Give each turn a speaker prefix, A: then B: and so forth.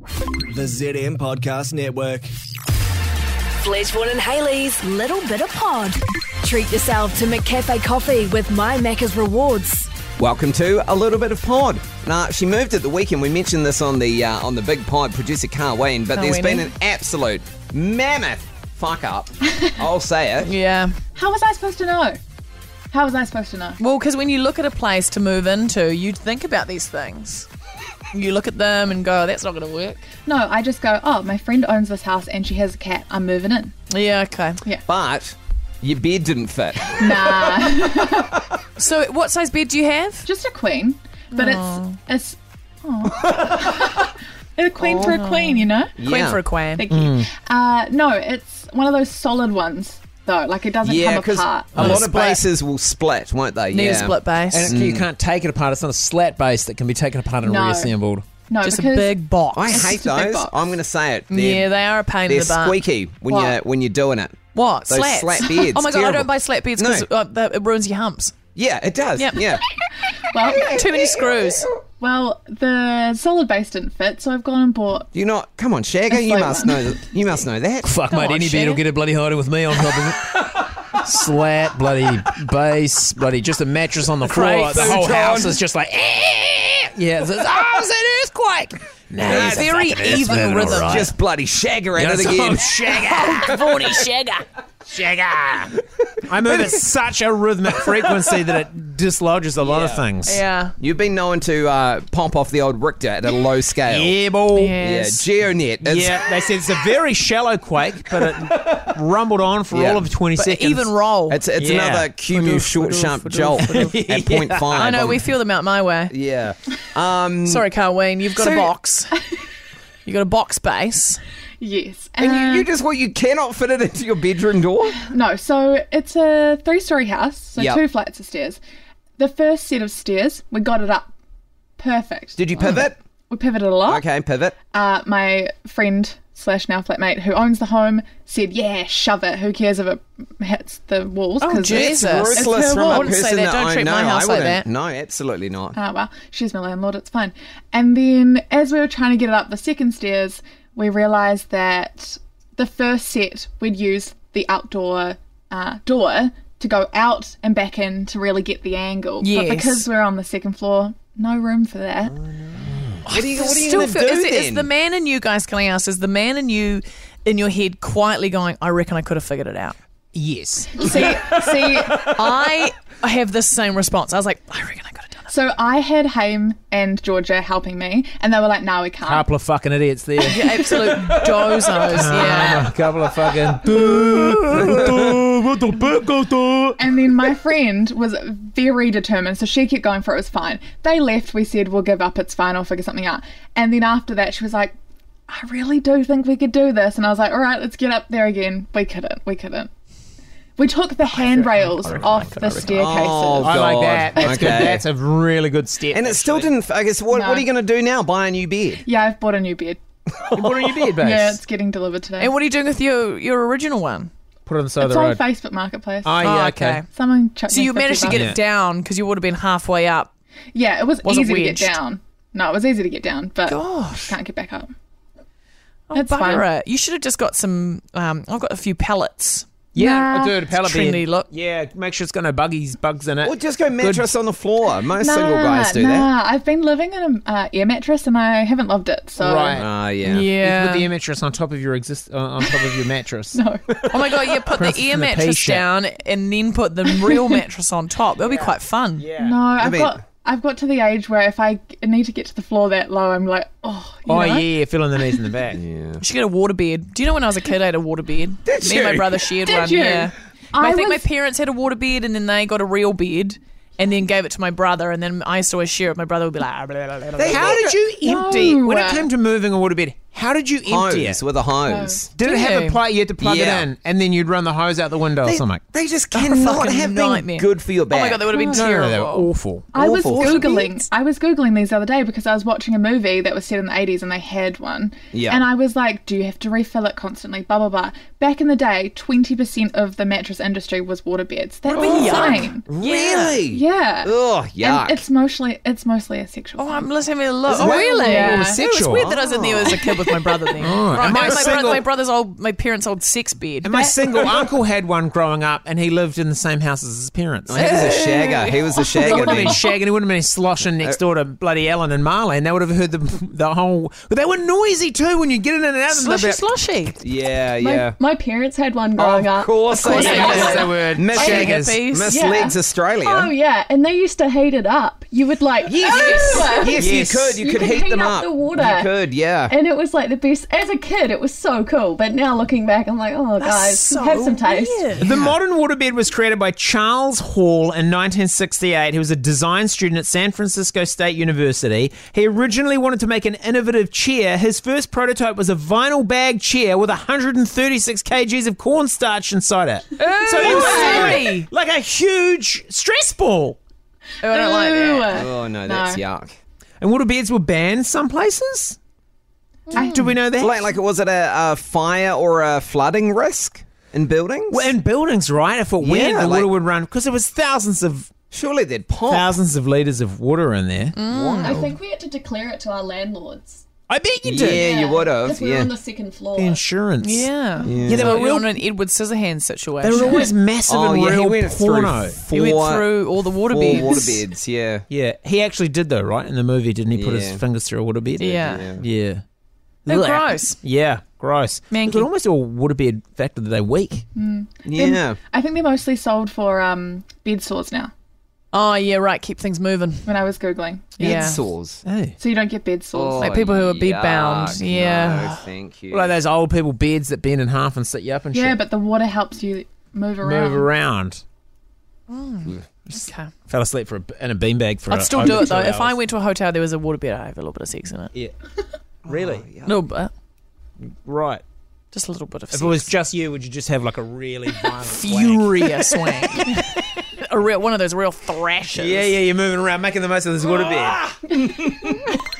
A: The ZM Podcast Network.
B: Fleshborn and Haley's Little Bit of Pod. Treat yourself to McCafe coffee with My Macca's Rewards.
C: Welcome to a little bit of pod. Now she moved at the weekend. We mentioned this on the uh, on the big pod. Producer Carl Wayne, but
D: Carl
C: there's been
D: Wayne.
C: an absolute mammoth fuck up. I'll say it.
D: Yeah.
E: How was I supposed to know? How was I supposed to know?
D: Well, because when you look at a place to move into, you think about these things. You look at them and go, that's not going to work.
E: No, I just go, oh, my friend owns this house and she has a cat. I'm moving in.
D: Yeah, okay.
C: But your bed didn't fit.
E: Nah,
D: So, what size bed do you have?
E: just a queen, but it's it's oh. a queen for a queen, you know.
D: Queen
C: Yeah. Mm.
D: for a queen.
E: Thank you. Uh, no, it's one of those solid ones though. Like it doesn't
C: Yeah, Oh,
E: come
C: because
E: apart.
C: a lot of
D: Split.
C: places will split, won't they?
D: Need
C: yeah.
D: a split base.
F: And
C: Mm.
F: you can't take it apart. It's not a slat base that can be taken apart and
E: No.
F: reassembled.
E: No,
D: Just a
E: because
D: big box.
C: I hate
E: just a big
C: those.
E: box.
C: I'm going to say it. They're,
D: yeah, they are a pain in
C: they're
D: the butt.
C: squeaky when you
E: What?
C: when you're doing it.
D: What?
C: Those
D: slats.
C: slat beds,
D: Oh my god, I
C: terrible.
D: don't buy slat beds
C: No.
D: because it ruins your humps.
C: Yeah, it does.
D: Yep.
C: Yeah.
E: Well,
D: Too many screws.
E: well, the solid base didn't fit, so I've gone and bought.
C: You're not. Come on, Shagger. You
E: like
C: must
E: one.
C: know. You must know that.
F: Fuck,
D: Come
F: mate,
D: on,
F: any bed
D: Shannon.
F: will get a bloody hider with me on top of it. Slat, bloody base, bloody just a mattress on the floor.
D: Great
F: the
D: food,
F: whole
D: John.
F: house is just like, "Eh." yeah, it's, oh, it's an earthquake. Nah, it's a
D: very
F: fucking earth
D: even
F: moving,
D: rhythm.
F: all right.
C: Just bloody Shagger
F: Yeah,
C: at it
F: it's-
C: again.
F: oh, Shagger, Forty Shagger, Shagger. I move at such a rhythmic frequency that it dislodges a lot of things.
D: Yeah.
C: You've been known to uh, pomp off the old Richter at a low scale.
F: Yeah, ball.
C: Yeah,
D: Yes.
C: GeoNet. It's,
F: Yeah, they said it's a very shallow quake, but it rumbled on for
C: Yeah.
F: all of 20
D: But
F: seconds.
D: even roll.
C: It's, it's
F: Yeah.
C: another Cumu short sharp jolt at point five.
D: I know,
C: on-
D: we feel them out my way.
C: Yeah. Um,
D: Sorry, Carl Wayne, you've
C: Mm.
D: got
C: So-
D: a box. you got a box base.
E: Yes,
C: and
E: uh,
C: you, you just what you cannot fit it into your bedroom door.
E: No, so it's a three story house, so
C: Yep.
E: two flights of stairs. The first set of stairs, we got it up. Perfect.
C: Did you pivot?
E: we pivoted a lot.
C: Okay, pivot.
D: Oh,
E: Uh, my friend slash now flatmate who owns the home said, "Yeah, shove it. Who cares if it hits the walls?"
D: Oh,
E: 'Cause it's-
D: Jesus. It's
C: Ruthless
D: her
C: from
D: wall.
C: a
D: I wouldn't say
C: person
D: that.
C: that
D: Don't
C: I
D: treat
C: know.
D: my house
C: I
D: like
C: wouldn't.
D: that. Oh,
C: No, absolutely not.
E: Ah, well, she's my landlord. It's fine. And then as we were trying to get it up the second stairs, we realised that the first set we'd used the outdoor uh, door to go out and back in to really get the angle.
D: Yes.
E: But because we're on the second floor, no room for that.
C: what are you, what are you
D: Still
C: going to
D: feel-
C: do
D: is,
C: then?
D: it- is the man in you guys can I ask, is the man in you in your head quietly going, I reckon I could have figured it out?
F: Yes.
E: See, see.
D: I have this same response. I was like, I reckon I could have done it.
E: So I had Haim and Georgia helping me, and they were like, "No, we can't."
F: Couple of fucking idiots there.
D: Yeah, absolute dozos. Yeah.
F: Um, couple of fucking.
E: And then my friend was very determined, so she kept going for it, it was fine. They left, we said, we'll give up, it's fine, I'll figure something out. And then after that, she was like, I really do think we could do this. And I was like, all right, let's get up there again. We couldn't, we couldn't. We took the handrails off the staircases.
C: Oh,
F: I like that. That's
C: Okay.
F: good. That's a really good step.
C: and it still
F: actually.
C: didn't. f- I guess what,
E: No.
C: what are you going to do now? Buy a new bed?
E: Yeah, I've bought a new bed.
F: Put it in your bed base.
E: Yeah, it's getting delivered today.
D: And what are you doing with your, your original one?
F: Put it on the side of
E: It's
F: the
E: on
F: road.
E: Facebook Marketplace.
F: Oh, yeah,
D: Oh,
F: okay.
D: okay.
E: Someone chucked
D: So
E: me
D: you
E: 50
D: managed to get
E: bucks.
D: it down because you would have been halfway up.
E: Yeah, it was
D: Wasn't
E: easy
D: wedged.
E: to get down. No, it was easy to get down, but
D: Gosh.
E: can't get back up.
D: Oh,
E: That's
D: bugger
E: fine.
D: it. You should have just got some. Um, I've got a few pellets.
F: Yeah,
E: Nah.
F: do it. a Pallet bed.
D: Trendy look.
F: Yeah, make sure it's got no buggies, bugs in it.
C: Or just go mattress on the floor. Most single guys do
E: nah,
C: that.
E: I've been living in a uh, air mattress and I haven't loved it. So
F: Right.
C: Ah,
D: Yeah.
C: yeah.
F: You put the air mattress on top of your exist uh, on top of your mattress.
E: no.
D: oh my god, you put the air
F: in the
D: mattress
F: P-shape.
D: down and then put the real mattress on top. That'll be quite fun.
F: Yeah.
E: No, I've
C: mean-
E: got I've got to the age where if I g- need to get to the floor that low, I'm like, oh, you
F: Oh
E: know?
F: yeah, yeah, feeling the knees in the back.
C: Yeah.
D: You should get a water bed. Do you know when I was a kid, I had a water bed.
C: Did
D: Me and my
C: you?
D: brother shared
E: Did
D: one.
E: you?
D: Yeah. I,
E: I
D: think
E: was-
D: my parents had a water bed and then they got a real bed and then gave it to my brother and then I used to always share it. My brother would be like, "Ah, blah, blah, blah, blah, blah."
F: How did you empty
E: No.
F: when it came to moving a water bed? How did you empty it?
C: Hose with a hose.
F: Did it
D: Did
F: have
D: you?
F: a plug? You had to plug
C: Yeah.
F: it in, and then you'd run the hose out the window or something.
C: They just cannot
D: Oh, fucking
C: have
D: nightmare.
C: been good for your
D: Oh
C: back.
D: my god, that would have been
F: No, no,
D: terrible.
F: no, they were awful.
E: I was
C: Awful.
E: googling. I was googling these the other day because I was watching a movie that was set in the 80s and they had one.
C: Yeah.
E: And I was like, do you have to refill it constantly? Blah blah blah. Back in the day, 20% of the mattress industry was waterbeds. That's insane.
C: really?
E: Yeah.
C: Ugh, yuck.
E: And it's mostly it's mostly a sexual.
D: Oh,
E: thing.
D: I'm, let's have a look.
C: it
D: Oh,
C: that-
D: really?
E: Yeah.
D: It was
F: Sexual. Oh.
D: weird that I was in there as a kid with my brother then.
F: Am
D: Right,
F: I
D: that was my,
F: single?
D: brother, my brother's old, my parents' old sex bed.
F: And my single uncle had one growing up, and he lived in the same house as his parents.
C: He was a shagger. He was a
F: He
C: shagger.
F: wouldn't have been
C: then.
F: shagging. He wouldn't have been sloshing next door to bloody Ellen and Marley, and they would have heard the the whole. But they were noisy too when you get in and out of
D: Slushy,
F: the.
D: slushy.
C: Yeah,
E: My,
C: yeah.
E: my parents had one growing up.
C: Of course,
E: course
C: they did.
E: they did.
F: Yes, they were
C: Miss
F: shaggers.
C: Shaggers.
D: hippies.
C: Miss
E: Yeah.
C: Legs Australia.
E: Oh yeah, and they used to heat it up. You would like
C: Yes,
E: Ew!
C: yes,
F: Yes.
C: you could. You,
E: You
C: could
E: could
C: heat
E: heat
C: them
E: up
C: up.
E: the water. Eh.
C: You could, yeah.
E: and it was like the best. As a kid, it was so cool. But now looking back, I'm like, oh guys, have some taste.
F: The modern waterbed was created by Charles Hall in 1968. He was a design student at San Francisco State University. He originally wanted to make an innovative chair. His first prototype was a vinyl bag chair with 136 kgs of cornstarch inside it. so he was
D: Hey.
F: like a huge stress ball.
D: Oh, I don't like that.
E: Ew.
C: oh no, that's yuck.
F: And waterbeds were banned some places. Do we know that?
C: Like, like, was it a, a fire or a flooding risk in buildings?
F: Well, in buildings, right? If it went,
C: Yeah,
F: the
C: like- Oh.
F: water would run because there was thousands of
C: surely they'd pop.
F: thousands of liters of water in there.
C: Mm.
E: I think we had to declare it to our landlords.
F: I bet you
C: Yeah,
F: did.
C: you would have.
E: Because we were
C: Yeah.
E: on the second floor.
F: The insurance.
D: Yeah. yeah.
F: Yeah, they were
D: We're
F: real.
D: on an Edward Scissorhands situation.
F: They were always massive
C: Oh
F: and
C: yeah,
F: real
C: he went
F: porno.
C: through
D: He
C: four,
D: went through all the water
C: four
D: beds.
C: waterbeds. Yeah.
F: Yeah, he actually did though, right? In the movie, didn't he? Put
C: Yeah.
F: his fingers through a waterbed.
D: Yeah.
C: Yeah.
F: Yeah.
D: They're
F: Ugh.
D: gross.
F: Yeah, gross.
D: Manky.
F: It almost all waterbed factor that they weak.
C: Yeah.
E: I think they're mostly sold for um, bed sores now.
D: Oh, yeah, right. Keep things moving.
E: When I was googling,
D: Yeah.
C: Bed sores.
F: Hey.
E: so you don't get bed
C: Oh,
E: sores.
D: Like people who are bed-bound,
C: yuck,
D: yeah.
C: No, thank you.
F: Like those old people beds that bend in half and sit you up and
E: yeah,
F: shit.
E: but the water helps you move around.
F: move around.
D: Okay.
F: Fell asleep for a, in a beanbag for.
D: I'd
F: a-
D: still
F: over
D: do it
F: two
D: though. If I
F: hours.
D: went Oh, to a hotel, there was a water bed. I have a little bit of sex in it.
F: Yeah. Really?
D: A little bit.
F: Right.
D: Just a little bit of
F: If
D: sex.
F: it was just you, would you just have like a really violent wank?
D: furious wank. a real, one of those real thrashes.
F: Yeah, yeah, you're moving around, making the most of this water bed.